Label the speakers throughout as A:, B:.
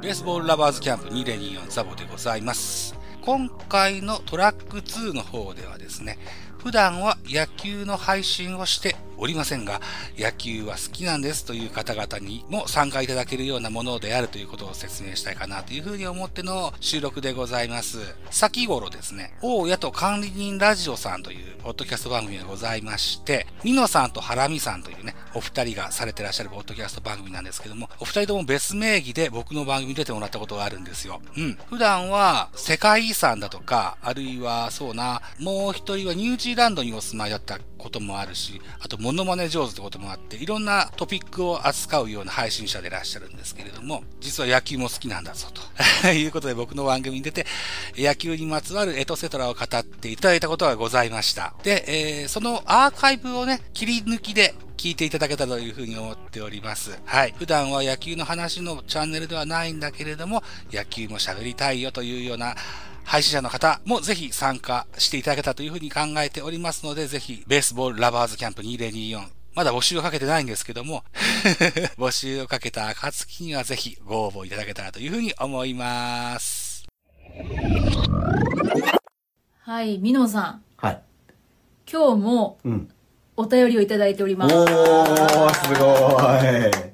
A: ベースボールラバーズキャンプ2024ザボでございます。今回のトラック2の方ではですね、普段は野球の配信をしておりませんが、野球は好きなんですという方々にも参加いただけるようなものであるということを説明したいかなというふうに思っての収録でございます。先頃ですね、大家と管理人ラジオさんというポッドキャスト番組がございまして、ミノさんとハラミさんというね、お二人がされてらっしゃるポッドキャスト番組なんですけども、お二人とも別名義で僕の番組に出てもらったことがあるんですよ。うん。普段は世界遺産だとか、あるいはそうな、もう一人はニュージーランドにお住まいだったこともあるし、あとモノマネ上手ってこともあって、いろんなトピックを扱うような配信者でいらっしゃるんですけれども、実は野球も好きなんだぞと いうことで僕の番組に出て、野球にまつわるエトセトラを語っていただいたことがございました。で、えー、そのアーカイブをね、切り抜きで聞いていただけたというふうに思っております。はい。普段は野球の話のチャンネルではないんだけれども、野球も喋りたいよというような配信者の方もぜひ参加していただけたというふうに考えておりますので、ぜひ、ベースボールラバーズキャンプ2024、まだ募集をかけてないんですけども 募集をかけた暁にはぜひご応募いただけたらというふうに思います。
B: はい、みのさん。
C: はい。
B: 今日も、お便りをいただいております。
C: うん、おー、すごい。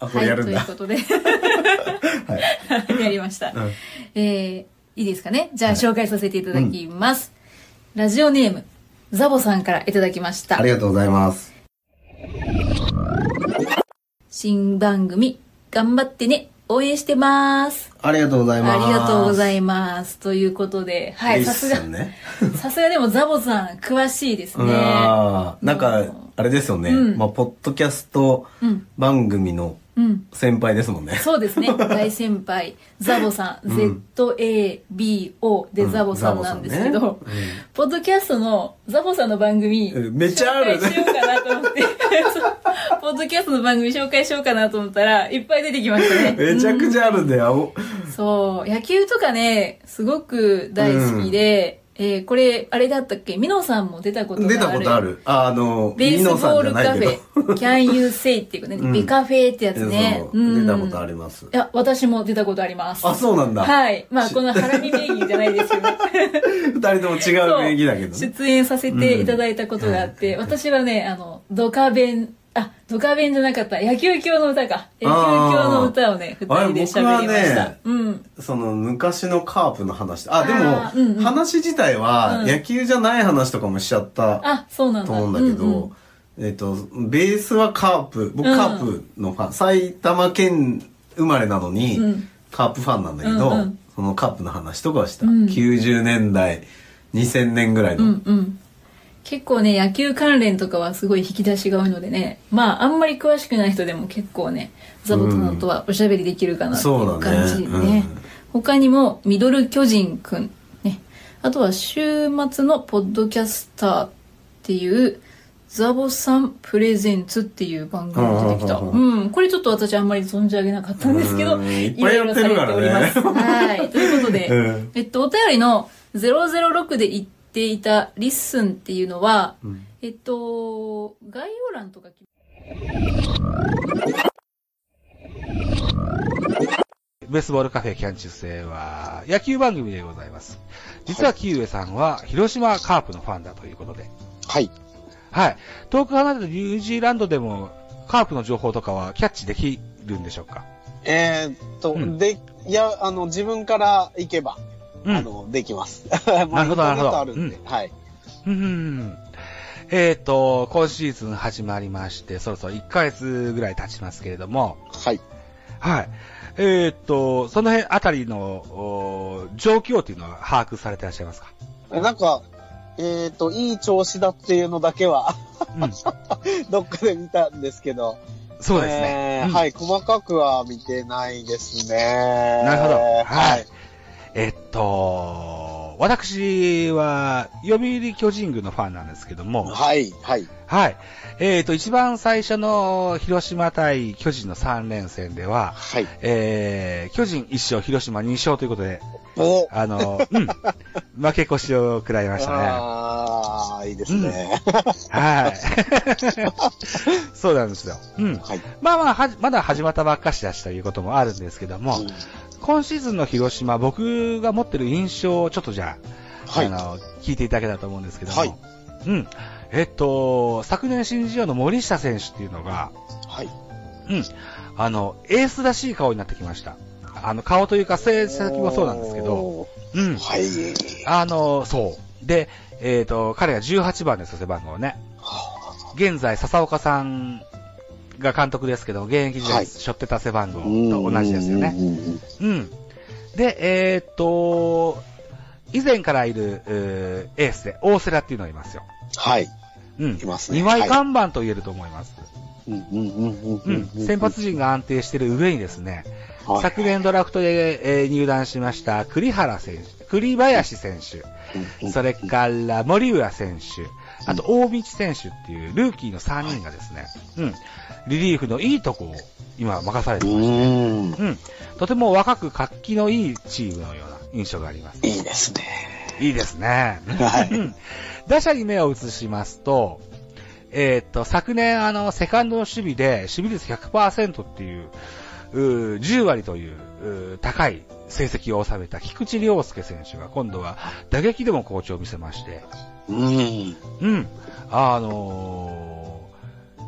C: あ、これやるん
B: は
C: だ。
B: い、ということではい 。やりました。うん、えーいいですかねじゃあ紹介させていただきます、はいうん、ラジオネームザボさんからいただきました
C: ありがとうございます
B: 新番組頑張ってね応援してます
C: ありがとうございます
B: ありがとうございますということではいさすがさすがでもザボさん詳しいですね
C: なんかあれですよね、うん、まあ、ポッドキャスト番組の、うんうん、先輩ですもんね。
B: そうです ね。大先輩。ザボさん。ZABO でザボさんなんですけど、ポッドキャストのザボさんの番組、
C: めちゃある
B: ね。しようかなと思って、 ポッドキャストの番組紹介しようかなと思ったら、いっぱい出てきましたね。
C: めちゃくちゃあるんだよ。
B: そう。野球とかね、すごく大好きで、えー、これ、あれだったっけミノさんも出たことある。
C: 出たことある。あの、
B: ベースボールカフェ、Can You Say っていうね、うん、ベカフェってやつね。
C: 出たことあります。い
B: や、私も出たことあります。
C: あ、そうなんだ。
B: はい。まあ、このハラミ名義じゃない ですよね。
C: 二人とも違う名義だけど、。
B: 出演させていただいたことがあって、私はね、あの、ドカベン、あ、ドカベンじゃなかった。野球教の歌か。野球教の歌をね、二人で喋りました。ね、うん
C: その昔のカープの話。あ、でも、うんうん、話自体は、野球じゃない話とかもしちゃった。
B: あ、そうなんだ。
C: と思うんだけど、うんうん、えっと、ベースはカープ。僕カープのファン。うん、埼玉県生まれなのに、カープファンなんだけど、うんうん、そのカープの話とかはした。うん、90年代、2000年ぐらいの。
B: うんうん結構ね野球関連とかはすごい引き出しが多いのでねまああんまり詳しくない人でも結構ねザボとのとはおしゃべりできるかなっていう感じでね,うん、ね、うん、他にもミドル巨人くんねあとは週末のポッドキャスターっていうザボさんプレゼンツっていう番組が出てきた。うん。これちょっと私あんまり存じ上げなかったんですけど、いろいろされております。ね、はい。ということ で、うん、えっと、お便りの006で言ってていたリッスンっていうのは、うん、えっと、概要欄とか
A: ベースボールカフェキャン中世は野球番組でございます。実はキウエさんは広島カープのファンだということで。
D: はい。
A: はい。遠く離れたニュージーランドでもカープの情報とかはキャッチできるんでしょうか
D: えー、っと、うん、で、いや、あの、自分から行けばあの、できます。
A: なるほど、なるほど。あ
D: るんで、はい。
A: うん。えっ、と、今シーズン始まりまして、そろそろ1ヶ月ぐらい経ちますけれども。
D: はい。
A: はい。えっ、と、その辺あたりの、状況というのは把握されてらっしゃいますか
D: なんか、えっ、と、いい調子だっていうのだけは、 どっかで見たんですけど。
A: そうですね、
D: はい、細かくは見てないですね。
A: なるほど。はいえっと、私は、読売巨人軍のファンなんですけども。
D: はい、はい。
A: はい。えっ、ー、と、一番最初の広島対巨人の3連戦では、はい。えー、巨人1勝、広島2勝ということで、
D: お
A: あの、うん、負け越しを食らいましたね。
D: あああ、いいですね。
A: はい。そうなんですよ。うん。
D: はい。
A: まあまあ、はじまだ始まったばっかしだしということもあるんですけども、
D: うん
A: 今シーズンの広島、僕が持ってる印象をちょっとじゃあ、
D: はい
A: あの、聞いていただけたらと思うんですけども、
D: はい
A: うん。えっと、昨年新人王の森下選手っていうのが、
D: はい。
A: うん。あの、エースらしい顔になってきました。あの、顔というか、成績もそうなんですけど、
D: お
A: うん
D: ー。はい。
A: あの、そう。で、えっ、と、彼が18番ですよ、背番号ね。現在、笹岡さんが監督ですけど、現役時
D: は
A: 代、
D: い
A: 背負ってた背番号と同じですよね。
D: うんうんうん
A: うん。で、えっ、と、以前からいる、えーエースで、大瀬良っていうのがいますよ。
D: はい。
A: うん。
D: いますね
A: 2枚
D: はい
A: 看板と言えると思います。
D: うんうんうんう
A: うんん。先発陣が安定している上にですね、
D: はい
A: 昨年ドラフトで、えー入団しました栗原選手、栗林選手、
D: うん
A: それから森浦選手、あと大道選手っていうルーキーの3人がですね、うん、リリーフのいいとこを今任されて
D: う
A: まして、
D: ーん。
A: うん、とても若く活気のいいチームのような印象があります。
D: いいですね。
A: いいですね。
D: はい
A: うん打者に目を移しますと、えーっと、昨年、あの、セカンドの守備で、守備率100%っていう、うー10割といううー高い成績を収めた菊池涼介選手が今度は打撃でも好調を見せまして、
D: うん。
A: うん、あのー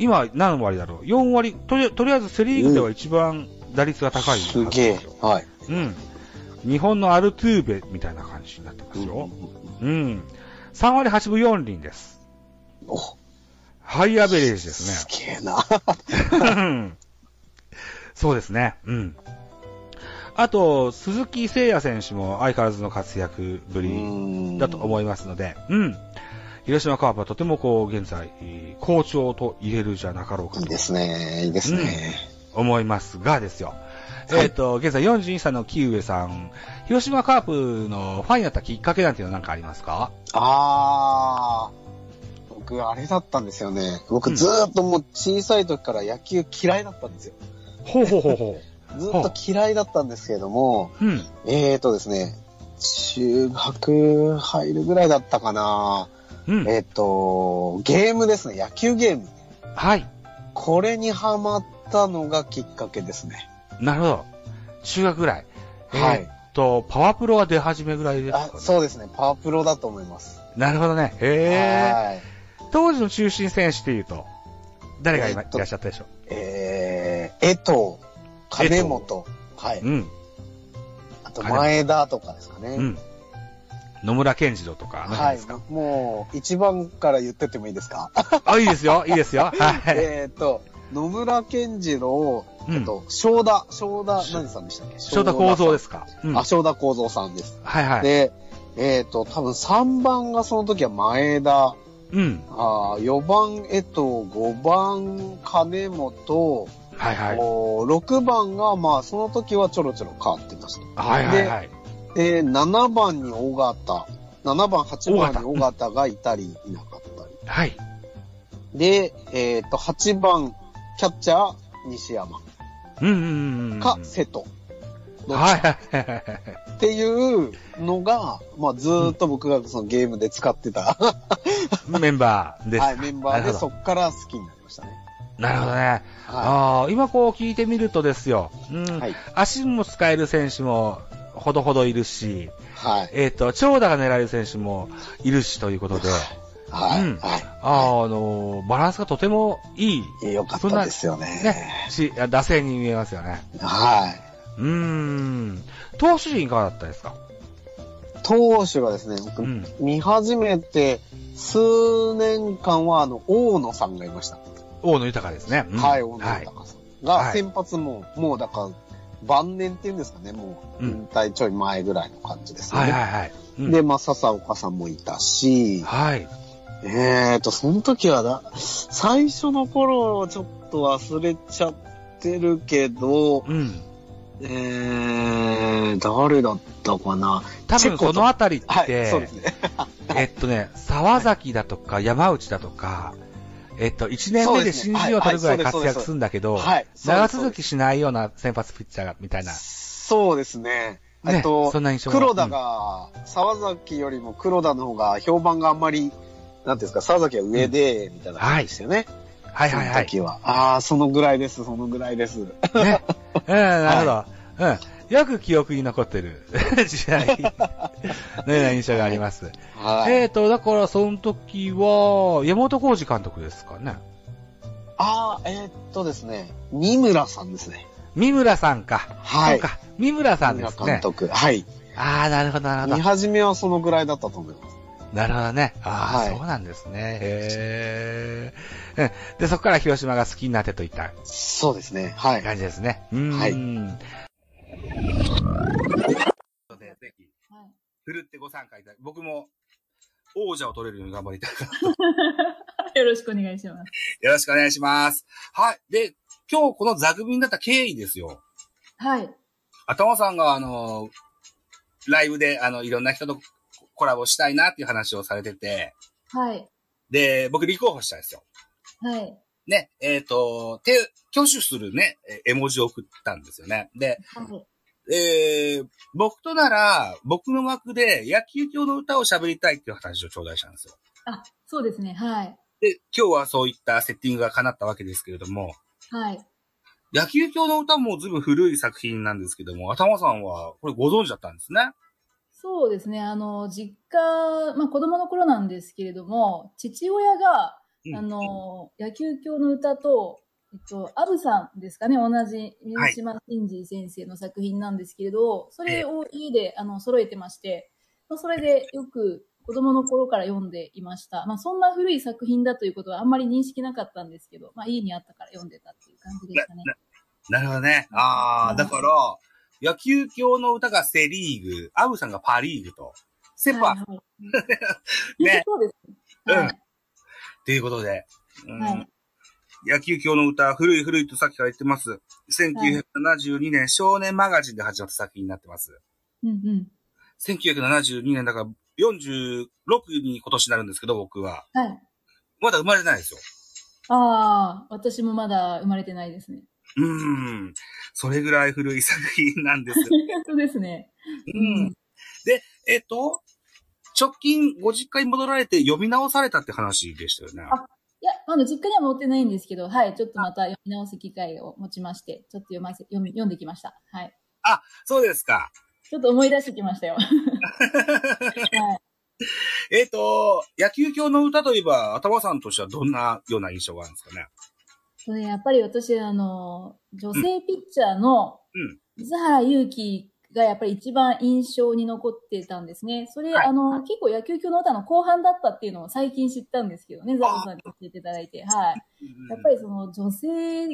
A: 今何割だろう ?4 割とり、とりあえずセリーグでは一番打率が高いはず
D: す
A: なん
D: げ
A: で
D: え
A: よ。
D: はい。
A: うん。日本のアルトゥーベみたいな感じになってますよ。うん。3割8分4厘です。
D: お、
A: ハイアベレージですす
D: げえな。
A: ね。 そうですね。うん。あと、鈴木誠也選手も相変わらずの活躍ぶりだと思いますので、うん。広島カープはとてもこう、現在、えー好調と言えるじゃなかろうか
D: いい
A: と
D: ですね。いいですね。
A: 思いますがですよ。
D: い
A: えっ、と、現在42歳の木上さん、広島カープのファンになったきっかけなんていうのは何かありますか
D: あー。僕、あれだったんですよね。
A: う
D: 僕、
A: ん
D: ずーっともう小さい時から野球嫌いだったんですよ。
A: ほうほうほうほ
D: ずーっと嫌いだったんですけれども、
A: う。うん。
D: えーとですね、中学入るぐらいだったかな。
A: うん。
D: えっ、と、ゲームですね。野球ゲーム。
A: はい。
D: これにハマったのがきっかけですね。
A: なるほど。中学ぐらい。
D: はい
A: えーっと、パワープロが出始めぐらいですか、ね
D: あ、、そうですね。パワープロだと思います。
A: なるほどね。へえ。
D: はい。
A: 当時の中心選手っていうと、誰が今
D: え
A: い
D: ーっと
A: らっしゃったでしょ。
D: えー、江藤、金本、はいう
A: ん。
D: あと前田とかですかね。
A: うん。野村健次郎とか、あの辺
D: は
A: で
D: い
A: すか。。
D: もう、一番から言ってってもいいですか
A: あ、いいですよ。いいです よ。はい。
D: えーっと、野村健次郎、
A: うん
D: えっと、翔田、翔田、何さんでしたっけ。
A: 翔太構造ですすか。うん。
D: あ、翔田構造さんです。
A: はいはい。
D: で、えっ、と、多分3番がその時は前田、
A: うん。
D: あ4番江藤、5番金本、
A: はいはい。
D: お6番が、まあ、その時はちょろちょろ変わってました。
A: はいはいはい。
D: で、7番に尾形、7番、8番に尾形がいたり、いなかったり。
A: はい。
D: で、えっ、と、8番、キャッチャー、西山
A: うんうんうんうん。
D: か、瀬戸。
A: はいはいはいはい。
D: っていうのが、まあ、ずーっと僕がそのゲームで使ってた、
A: メンバーです。
D: はい、メンバー
A: な
D: で
A: るほ
D: そ
A: ど
D: っから好きになりましたね。
A: なるほどね。
D: は
A: ああ、今こう聞いてみるとですよ。うん。
D: はい
A: 足も使える選手もほどほどいるし、
D: い。はい。
A: えっ、と、長打が狙える選手もいるしということで、
D: はい。
A: うん
D: は
A: あーあのーバランスがとてもいい、
D: い。よかったですよね。
A: ね、し、打線に見えますよね。
D: はい。
A: うーん。投手陣いかがだったですか
D: 投手がですね、僕
A: うん
D: 見始めて数年間は、あの、大野さんがいました。
A: 大野豊ですね。うん
D: はい、大野
A: はい。
D: 隆さん
A: は
D: が
A: い
D: 先発も、もうだから、晩年っていうんですかね、もう、
A: うん
D: 引退ちょい前ぐらいの感じですね。
A: はいはいはい。うん
D: で、まあ、笹岡さんもいたし、
A: はい。
D: えーと、その時はだ、最初の頃、ちょっと忘れちゃってるけど、
A: うん。
D: えー、誰だったかな。
A: 多
D: チ
A: 分
D: ェコ
A: ことのあたりって、
D: はい、そうですね。
A: えっとね、沢崎だとか山内だとか、えっと、1年
D: そう
A: 目
D: で
A: です新
D: ね
A: 人を取るぐらい
D: はいはい
A: 活
D: そうです
A: 躍するんだけど
D: そうですはい、そうです
A: 長続きしないような先発ピッチャーがみたいな。
D: そうですね。
A: ね
D: あと、
A: そんな印象が
D: 黒田が、沢崎よりも黒田の方が評判があんまり、なんていうんですか、沢崎は上で、みたいな感じですよね。
A: はいはいは
D: その
A: い。
D: 時は。ああ、そのぐらいです、そのぐらいです。
A: ね。うん、なるほど。うん。よく記憶に残ってる 時 代のような印象があります。
D: はい。
A: えーと、だからその時は、山本浩二監督ですかね。
D: ああ、えーっとですね、三村さんですね。
A: 三村さんか。
D: は
A: そ
D: い
A: う。か。三村さん
D: 三
A: で
D: 村
A: すね
D: 監。督。はい。
A: ああ、なるほど、なるほ
D: 見
A: ど。
D: 始めはそのぐらいだったと思います。
A: なるほどね。ああ、
D: はい
A: そうなんですね。へえ。うんで、そこから広島が好きになってといった
D: そうですね。はい。
A: 感じですね。うーん。
D: はい
E: で、ぜひ、ふるってご参加いただき、僕も王者を取れるように頑張りたい。
B: よろしくお願いします。
E: よろしくお願いします。はい。で、今日この座組になった経緯ですよ。
B: はい。
E: 頭さんが、あの、ライブで、あの、いろんな人とコラボしたいなっていう話をされてて、
B: はい。
E: で、僕立候補したんですよ。
B: はい。
E: ね、えっ、と、手、挙手するね、え絵文字を送ったんですよね。で、
B: はい。
E: えー、僕となら、僕の枠で野球教の歌を喋りたいっていう話を頂戴したんですよ。
B: あ、そうですね。はい。
E: で、今日はそういったセッティングが叶ったわけですけれども、
B: はい。
E: 野球教の歌もずいぶん古い作品なんですけども、頭さんはこれご存知だったんですね。
B: そうですね。あの、実家、まあ子供の頃なんですけれども、父親が、
E: うん
B: あの、野球教の歌と、えっと、アブさんですかね、同じ水島真司先生の作品なんですけれど、それを家であの揃えてまして、まあそれでよく子供の頃から読んでいました。まあそんな古い作品だということはあんまり認識なかったんですけど、まあ家にあったから読んでたっていう感じでしたね。
E: なるほどね。ああ、だから、野球教の歌がセリーグ、アブさんがパリーグと、セパ、
B: はいはい、
E: ね
B: そうですね。
E: うん
B: はい
E: っていうことで、うん
B: はい
E: 野球教の歌、古い古いとさっきから言ってます。1972年、少年マガジンで始まった作品になってます。
B: うんうん。
E: 1972年だから、46に今年になるんですけど、僕は。
B: はい。
E: まだ生まれてないですよ。
B: ああ、私もまだ生まれてないですね。
E: うーん。それぐらい古い作品なん です。
B: そうですね。
E: うん。で、えっと、直近ご実家に戻られて読み直されたって話でしたよね。
B: あいや、あの、実家には持ってないんですけど、はい、ちょっとまた読み直す機会を持ちまして、ちょっと読ませ、読み、読んできました。はい。
E: そうですか。
B: ちょっと思い出してきましたよ。 はい。
E: えっ、と、野球教の歌といえば、頭さんとしてはどんなような印象があるんですかね。
B: それやっぱり私、あの、女性ピッチャーの
E: うん、
B: 水原祐希がやっぱり一番印象に残ってたんですね。それ、
E: はい
B: あの、結構野球教の歌の後半だったっていうのを最近知ったんですけどね、ザボさんに教えていただいて、はい。やっぱりその女性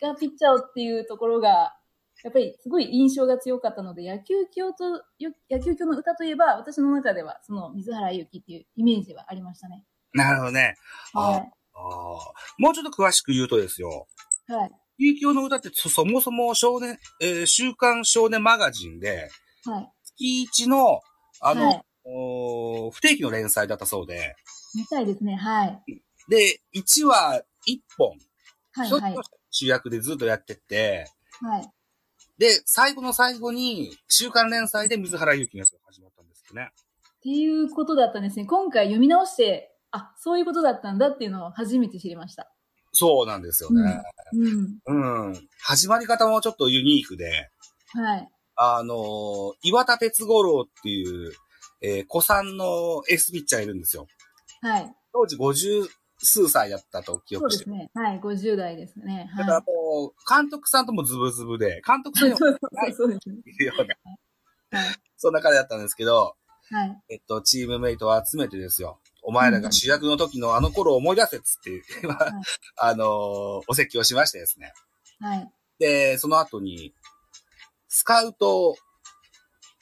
B: がピッチャーっていうところが、やっぱりすごい印象が強かったので、野球教と、よ野球教の歌といえば、私の中では、その水原ゆきっていうイメージはありましたね。
E: なるほどね。
B: は
E: あーもうちょっと詳しく言うとですよ。
B: い。はい。
E: 野球教の歌ってそそもそも少年、えー週刊少年マガジンで、
B: はい。
E: 月一の、あの、
B: はい
E: おー不定期の連載だったそうで、
B: 見たいですね。はい。
E: で、1話1本、
B: はい。
E: 一つ
B: はい。
E: の主役でずっとやってって、
B: はい。
E: で、最後の最後に、週刊連載で水原ゆきのやつが始まったんですよね。
B: っていうことだったんですね。今回読み直して、あ、そういうことだったんだっていうのを初めて知りました。
E: そうなんですよね。
B: うん。
E: うん。始まり方もちょっとユニークで、
B: はい。
E: あのー岩田哲五郎っていう、えー、子さんのエースピッチャーいるんですよ。
B: はい。
E: 当時50数歳だったと記
B: そう
E: 憶
B: で
E: して
B: す
E: る。
B: ね。はい。50代ですね。
E: だから
B: は
E: もう、監督さんともズブズブで、監督さん
B: い。
E: にも
B: そうそうそうですね。
E: いるような、
B: はい。
E: そんな彼だったんですけど、
B: はい。
E: えっと、チームメイトを集めてですよ。お前らが主役の時のあの頃を思い出せっつって、 あのーお説教しましてですね。
B: はい。
E: で、その後に、スカウト、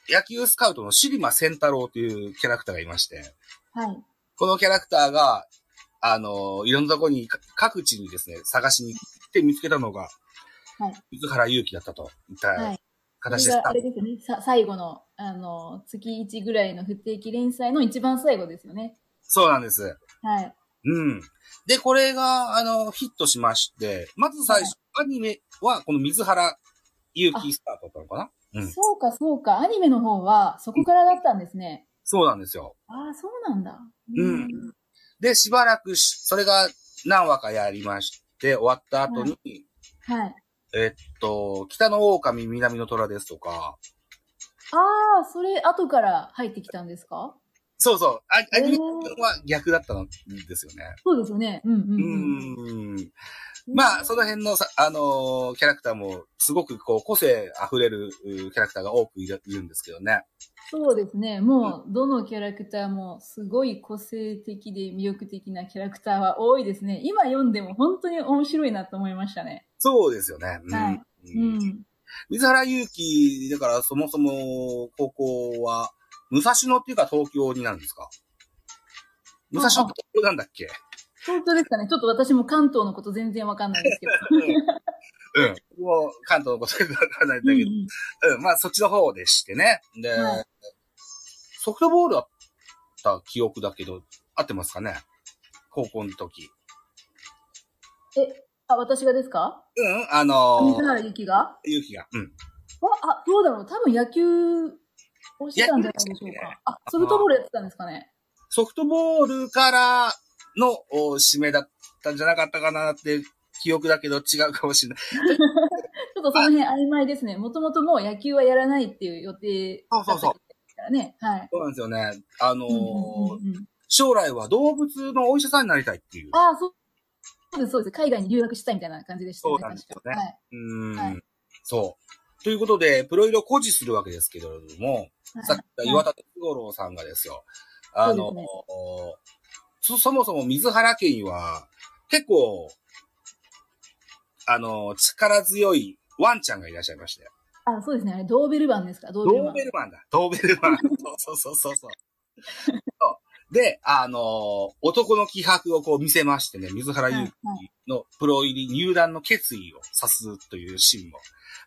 E: 野球スカウトのシリマセンタロウというキャラクターがいまして、
B: はい。
E: このキャラクターが、あの、いろんなとこに、か各地にですね、探しに行って見つけたのが、
B: はい
E: 水原勇気だったといっ
B: は
E: た
B: い。
E: 形
B: そ
E: です。
B: れがあれですね。さ、最後の、あの、月1ぐらいの不定期連載の一番最後ですよね。
E: そうなんです。
B: はい。
E: うん。で、これが、あの、ヒットしまして、まず最初、アニメは、この水原勇気スタートだったのかなうん
B: そうか、そうか。アニメの方は、そこからだったんですね。
E: そうなんですよ。
B: ああ、そうなんだ。
E: うん。で、しばらくし、それが何話かやりまして、終わった後に、
B: はい。
E: えっと、北の狼、南の虎ですとか、
B: ああ、それ、後から入ってきたんですか
E: そうそう、あアニメ
B: へー
E: は逆だったんですよね。
B: そうですよね。うんうん
E: う
B: うん。
E: ん。まあ、その辺のさ、あのーキャラクターも、すごくこう、個性溢れるうーキャラクターが多くいるいるんですけどね。
B: そうですね。もう、どのキャラクターも、すごい個性的で魅力的なキャラクターは多いですね。今読んでも本当に面白いなと思いましたね。
E: そうですよね。うん
B: はいうん。
E: 水原祐希、だからそもそも高校は、武蔵野っていうか東京になるんですか武蔵野って東京なんだっけ
B: 本当ですかね。ちょっと私も関東のこと全然わかんないですけど。
E: うん。もう関東のことよくわからないん
B: う
E: だ
B: んう
E: けど、
B: ん
E: うん、まあそっちの方でしてね。で、
B: は
E: ソフトボールだった記憶だけど、合ってますかね高校の時。
B: え、あ、私がですか
E: うん、あの
B: 水原ゆきが
E: ー、勇気が。うん。
B: あ、あ、どうだろう。多分野球をしてたんじゃないでしょ
E: 野球
B: う
E: でしたね
B: か。あ、ソフトボールやってたんですかね。
E: ソフトボールからのお指名だったんじゃなかったかなって記憶だけど違うかもしれない。
B: ちょっとその辺曖昧ですね。もともともう野球はやらないっていう予定だった
E: そうそうそう
B: ですからね。はい。
E: そうなんですよね。あのー
B: うんうんうんうん
E: 将来は動物のお医者さんになりたいっていう。
B: ああ、そうそうです、そうです。海外に留学したいみたいな感じでした
E: そうなんですよね
B: 確かはい。
E: うーん、
B: はい
E: そう。ということで、プロイドを誇示するわけですけれども、さっき言った岩田哲五郎さんがですよ、あの
B: そうですね
E: そ、そもそも水原家には、結構、あの、力強いワンちゃんがいらっしゃいまして。
B: あ、そうですね。あれ、ドーベルマンですかドーベル
E: ド
B: マ
E: ー
B: ン
E: ベ。ルマンだ。ドーベルマン。そうそうそうそうそう。そうで、あのー男の気迫をこう見せましてね、水
B: は
E: 原
B: い
E: 優
B: はい
E: のプロ入り入団の決意を指すというシーンも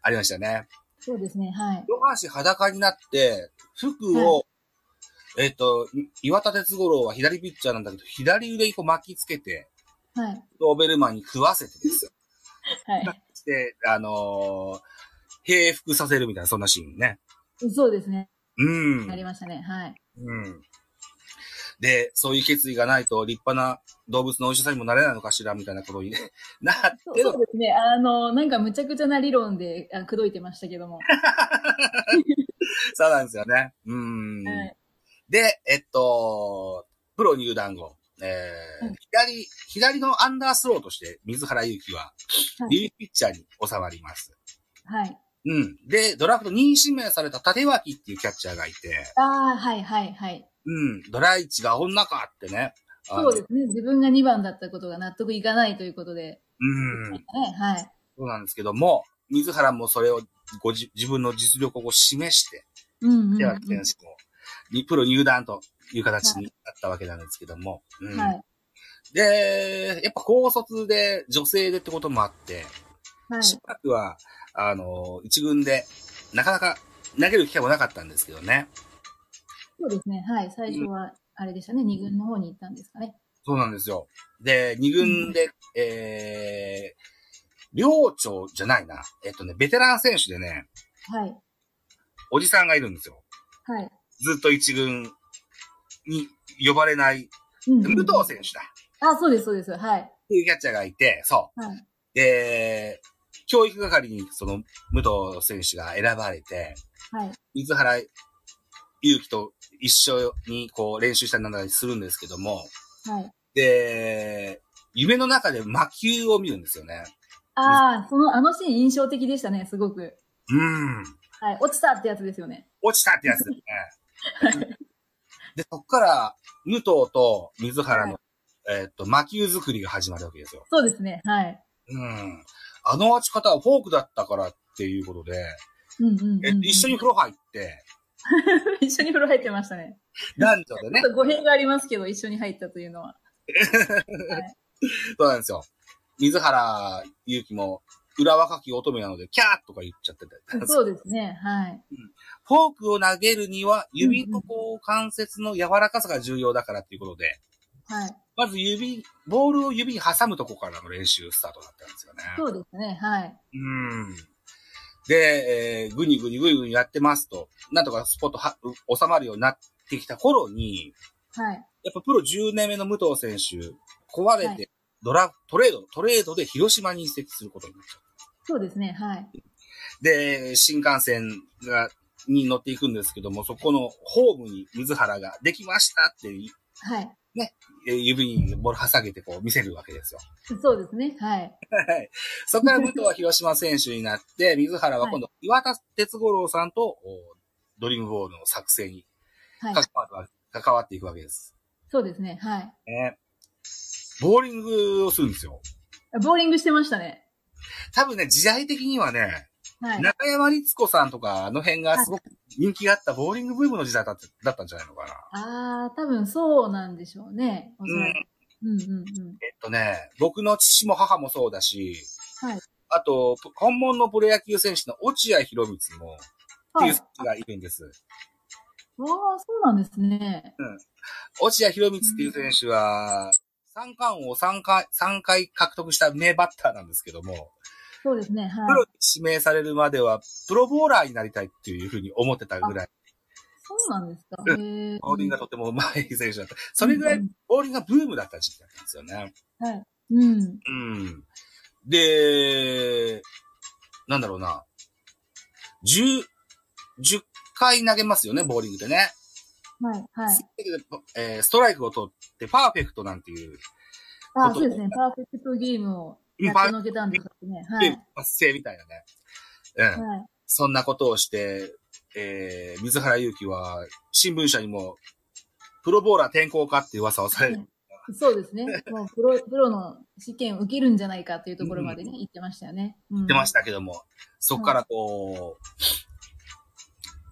E: ありましたね。
B: そうですね。はい。
E: 両半身裸になって、服を、えっ、と、岩田哲五郎は左ピッチャーなんだけど、左腕にこう巻きつけて、
B: はい。
E: ドーベルマンに食わせてですよ。
B: はい。
E: で、あのー平服させるみたいな、そんなシーンね。
B: そうですね。
E: うん。
B: ありましたね。はい。
E: うん。で、そういう決意がないと立派な動物のお医者さんにもなれないのかしらみたいなことに な
B: そ
E: っ
B: う
E: て
B: そ
E: の
B: うですね。あの、なんかむちゃくちゃな理論で、あ口説いてましたけども。は
E: そうなんですよね。うん。
B: い。
E: で、えっと、プロ入団後、えー
B: うん
E: 左、左のアンダースローとして水原祐希は
B: は、い
E: リリーフピッチャーに収まります。
B: はい。
E: うん。で、ドラフト2位指名された立脇っていうキャッチャーがいて、
B: ああ、はい、はい、はい。
E: うん。ドラ1が女かってね。あの
B: そうですね。自分が2番だったことが納得いかないということで。
E: うん。
B: ね、はい。
E: そうなんですけども、水原もそれをごじ自分の実力をこう示して、
B: うんうん、うん。
E: 手は
B: は
E: 選手も、にプロ入団という形になったわけなんですけども。うん
B: い。
E: で、やっぱ高卒で女性でってこともあって、
B: はい。
E: しばらくは、あの、一軍で、なかなか投げる機会もなかったんですけどね。
B: そうですね。はい。最初は、あれでしたね。二軍の方に行ったんですかね。
E: そうなんですよ。で、二軍で、えー、寮長じゃないな。えっとね、ベテラン選手でね、
B: はい。
E: おじさんがいるんですよ。
B: はい。
E: ずっと一軍に呼ばれない、
B: うん
E: 武藤選手だ。
B: あ、そうです、そうです。はい。
E: っていうキャッチャーがいて、そ
B: はい。
E: う。で、教育係にその武藤選手が選ばれて、
B: はい。
E: 水原祐希と一緒にこう練習したりなんだりするんですけども、
B: はい。
E: で、夢の中で魔球を見るんですよね。
B: ああ、その、あのシーン印象的でしたね、すごく。
E: うん。
B: はい。落ちたってやつですよね。
E: 落ちたってやつですね。で、そこから、武藤と水原の、えっと、魔球作りが始まるわけですよ。
B: そうですね。はい。
E: うん。あの落ち方はフォークだったからっていうことで、
B: うんうんうん、
E: え一緒に。風呂入って、
B: 一緒に風呂入ってましたね。
E: 男女でね
B: ちょ、っと語弊がありますけど、一緒に入ったというのは。
E: そうなんですよ。水原祐希も、裏若き乙女なので、キャーとか言っちゃってて。
B: そうですね。はい。
E: フォークを投げるには、指のこう関節の柔らかさが重要だからっていうことで、
B: はい。
E: まず指、ボールを指に挟むとこからの練習スタートだったんですよね。
B: そうですね。はい。
E: うん。で、えー、ぐにぐにぐにぐにやってますと、なんとかスポットは収まるようになってきた頃に、
B: はい。
E: やっぱプロ10年目の武藤選手、壊れて、
B: はい
E: ドラ、トレード、トレードで広島に移籍することになっちゃう。
B: そうですね、はい。
E: で、新幹線が、に乗っていくんですけども、そこのホームに水原ができましたってい、
B: はい。
E: えー指にボール挟げてこう見せるわけですよ。
B: そうですね、はい。
E: はい。そこから武藤は広島選手に なって、水原は今度、岩田哲五郎さんと、おドリームボールの作成に
B: はい
E: 関。わるわ関わっていくわけです。
B: そうですね、はい。
E: ね。ボーリングをするんですよ。
B: ボーリングしてましたね。
E: 多分ね、時代的にはね、
B: はい。
E: 中山律子さんとか、あの辺がすごく人気があったボーリングブームの時代だっただったんじゃないのかな。
B: ああ、多分そうなんでしょうね。おそらく。うんうんうん。
E: えっとね、僕の父も母もそうだし、
B: はい
E: あと、本物のプロ野球選手の落合博光も、って
B: はい。
E: い
B: わ
E: う選手がいるんです。
B: あ、そうなんですね。
E: 落合博光っていう選手は、三冠王を3回、三回獲得した名バッターなんですけども、
B: そうですね、
E: プ
B: は
E: ロ
B: い。
E: に指名されるまでは、プロボーラーになりたいっていうふうに思ってたぐらい、
B: そうなんですか。
E: うん
B: へえ。
E: ボーリングがとても上手い選手だった。それぐらい、ボーリングがブームだった時期だったんですよね。
B: うん。
E: うん。で、なんだろうな。10、10回投げますよね、ボーリングでね。
B: はい、はい。
E: えーストライクを取ってパーフェクトなんていう
B: あそうですね。パーフェクトゲームをやってのけたんですね。は
E: で
B: い。
E: 発生みたいなね。うん。
B: はい。
E: そんなことをして、えー、水原祐希は、新聞社にも、プロボーラー転向かって噂をされる。
B: そうですね。もうプロ、プロの試験を受けるんじゃないかというところまでね、言ってましたよね。言っ
E: 出ましたけども、そこからこ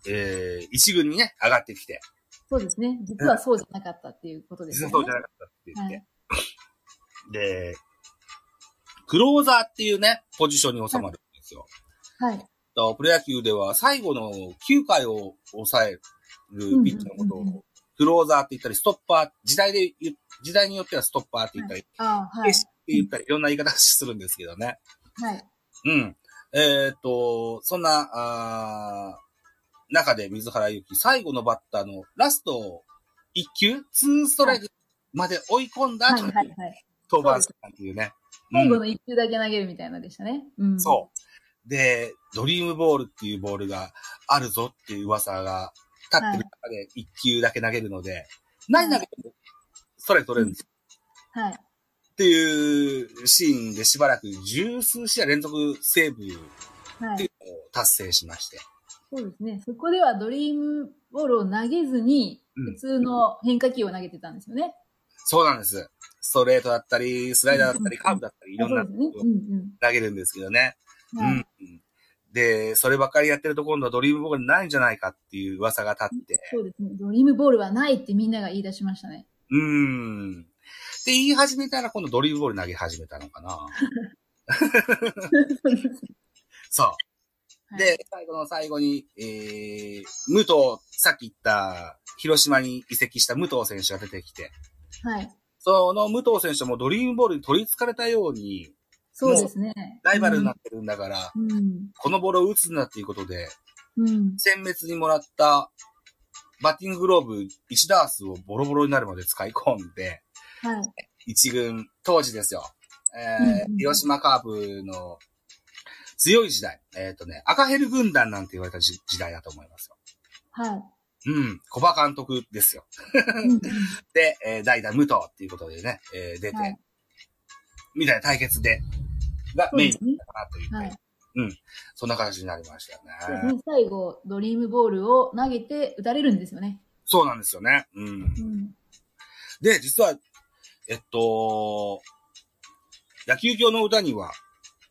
E: う、えー、一軍にね、上がってきて、
B: そうですね。実はそうじゃなかったっていうことです
E: 実
B: よ
E: は
B: ね。
E: そうじゃなかったって言っ
B: は
E: て、
B: い。
E: で、クローザーっていうね、ポジションに収まるんですよ。
B: はい。
E: とプロ野球では最後の9回を抑えるピッチャーのこと
B: うんうんうんう
E: を、クローザーって言ったり、ストッパー、時代で言う、時代によってはストッパーって言ったり、
B: ああ、は
E: ペ
B: い
E: ー。スって言ったり、いろんな言い方するんですけどね。
B: はい。
E: うん。えーっと、そんな、あー中で水原ゆき、最後のバッターのラスト1球、2ストライクまで追い込んだ
B: はい、
E: 後に
B: はい、はい。
E: 登板したっていうね。
B: 最
E: うん
B: 後の一球だけ投げるみたいなのでしたね。うん。
E: そう。で、ドリームボールっていうボールがあるぞっていう噂が立ってる中で1球だけ投げるので、何投げてもストライク取れるんですよ
B: う。はい。
E: っていうシーンでしばらく十数試合連続セーブっ
B: は
E: てい
B: い。
E: うのを達成しまして。
B: そうですね。そこではドリームボールを投げずに、
E: うん
B: 普通の変化球を投げてたんですよね。
E: そうなんです。ストレートだったり、スライダーだったり、
B: うん
E: カーブだったり、いろんな
B: そうですね。
E: の
B: う
E: を
B: ん
E: 投げるんですけどね。
B: うん。
E: う
B: はい
E: ん。で、そればっかりやってると今度はドリームボールないんじゃないかっていう噂が立って。
B: そうですね。ドリームボールはないってみんなが言い出しましたね。
E: うーん。って言い始めたら、今度ドリームボール投げ始めたのか な。そ
B: は
E: う。
B: い、
E: で、最後の最後に、えー、武藤、さっき言った、広島に移籍した武藤選手が出てきて、
B: はい。
E: その武藤選手もドリームボールに取り憑かれたように、
B: そうですね。
E: ライバルになってるんだから、
B: うん。
E: このボールを打つんだっていうことで、
B: うん。
E: 殲滅にもらった、バッティンググローブ1ダースをボロボロになるまで使い込んで、
B: はい。
E: 一軍、当時ですよ。え
B: うん
E: ー
B: うん
E: 広島カープの強い時代。えっ、とね、赤ヘル軍団なんて言われた時時代だと思いますよ。
B: はい。
E: うん、小葉監督ですよ。
B: うんうん
E: で、えー代打武藤っていうことでね、えー出て、
B: はい
E: みたいな対決で、が
B: そう
E: メ
B: で
E: イン
B: すね。
E: だなという、
B: はい。
E: そんな形になりました
B: そうで
E: よ
B: す
E: ね。
B: ね最後、ドリームボールを投げて打たれるんですよね。
E: そうなんですよね。うん
B: う。ん。
E: で、実は、えっと、野球教の歌には、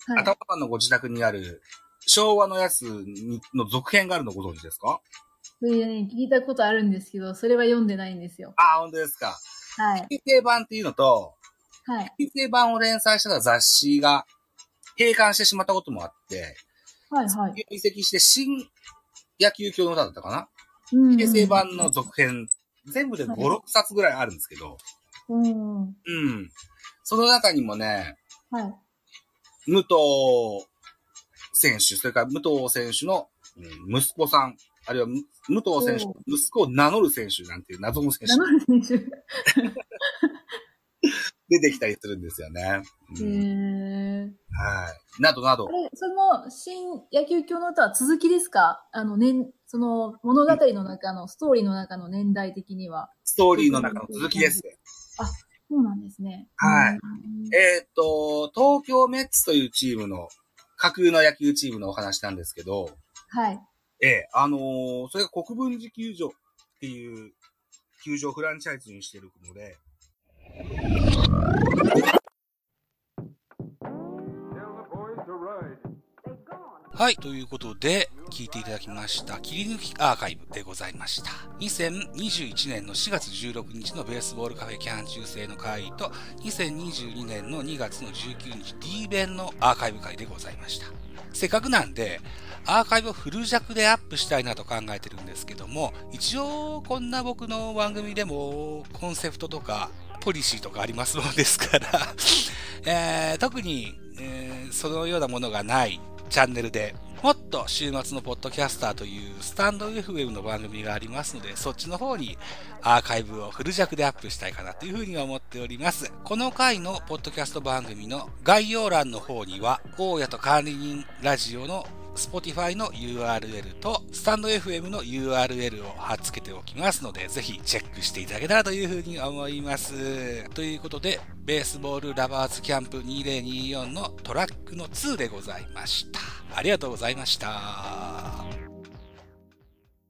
B: はい。
E: 頭さんのご自宅にある昭和のやつにの続編があるのご存知ですか
B: それでね、聞いたことあるんですけど、それは読んでないんですよ。
E: ああ、本当ですか。
B: はい。
E: 平成版っていうのと、
B: はい。
E: 平成版を連載してた雑誌が閉刊してしまったこともあって、
B: はい、はい。
E: 移籍して新野球教の歌だったかな
B: うんうん
E: 平成版の続編、全部で5、6冊ぐらいあるんですけど、
B: うんうん。
E: うん。その中にもね、
B: はい。
E: 武藤選手、それから武藤選手のうん息子さん、あるいはむ武藤選手
B: お、
E: 息子を名乗る選手なんていう謎の選
B: 名
E: 手
B: 前選
E: 出てきたりするんですよね。う
B: 手。
E: ん
B: へー
E: はい。などなど
B: あ。れ、その、新野球教の歌は続きですかあの、年、その、物語の中の、ストーリーの中の年代的には。
E: ストーリーの中の続きです。
B: そうなんですね。
E: はい
B: うん。
E: えーっと、東京メッツというチームの、架空の野球チームのお話なんですけど、
B: はい。
E: ええあのーそれが国分寺球場っていう球場をフランチャイズにしてるので、はい、ということで、聞いていただきました、切り抜きアーカイブでございました。2021年の4月16日のベースボールカフェキャン中制の会と、2022年の2月の19日 D 弁のアーカイブ会でございました。せっかくなんで、アーカイブをフル弱でアップしたいなと考えてるんですけども、一応こんな僕の番組でもコンセプトとかポリシーとかありますもんですから、 えー特に、えーそのようなものがないチャンネルでもっと週末のポッドキャスターというスタンド FM の番組がありますので、そっちの方にアーカイブをフル弱でアップしたいかなというふうには思っております。この回のポッドキャスト番組の概要欄の方には、大家と管理人ラジオの Spotify の URL と、スタンド FM の URL を貼っ付けておきますので、ぜひチェックしていただけたらというふうに思います。ということで、ベースボールラバーズキャンプ2024のトラックの2でございました。ありがとうございました。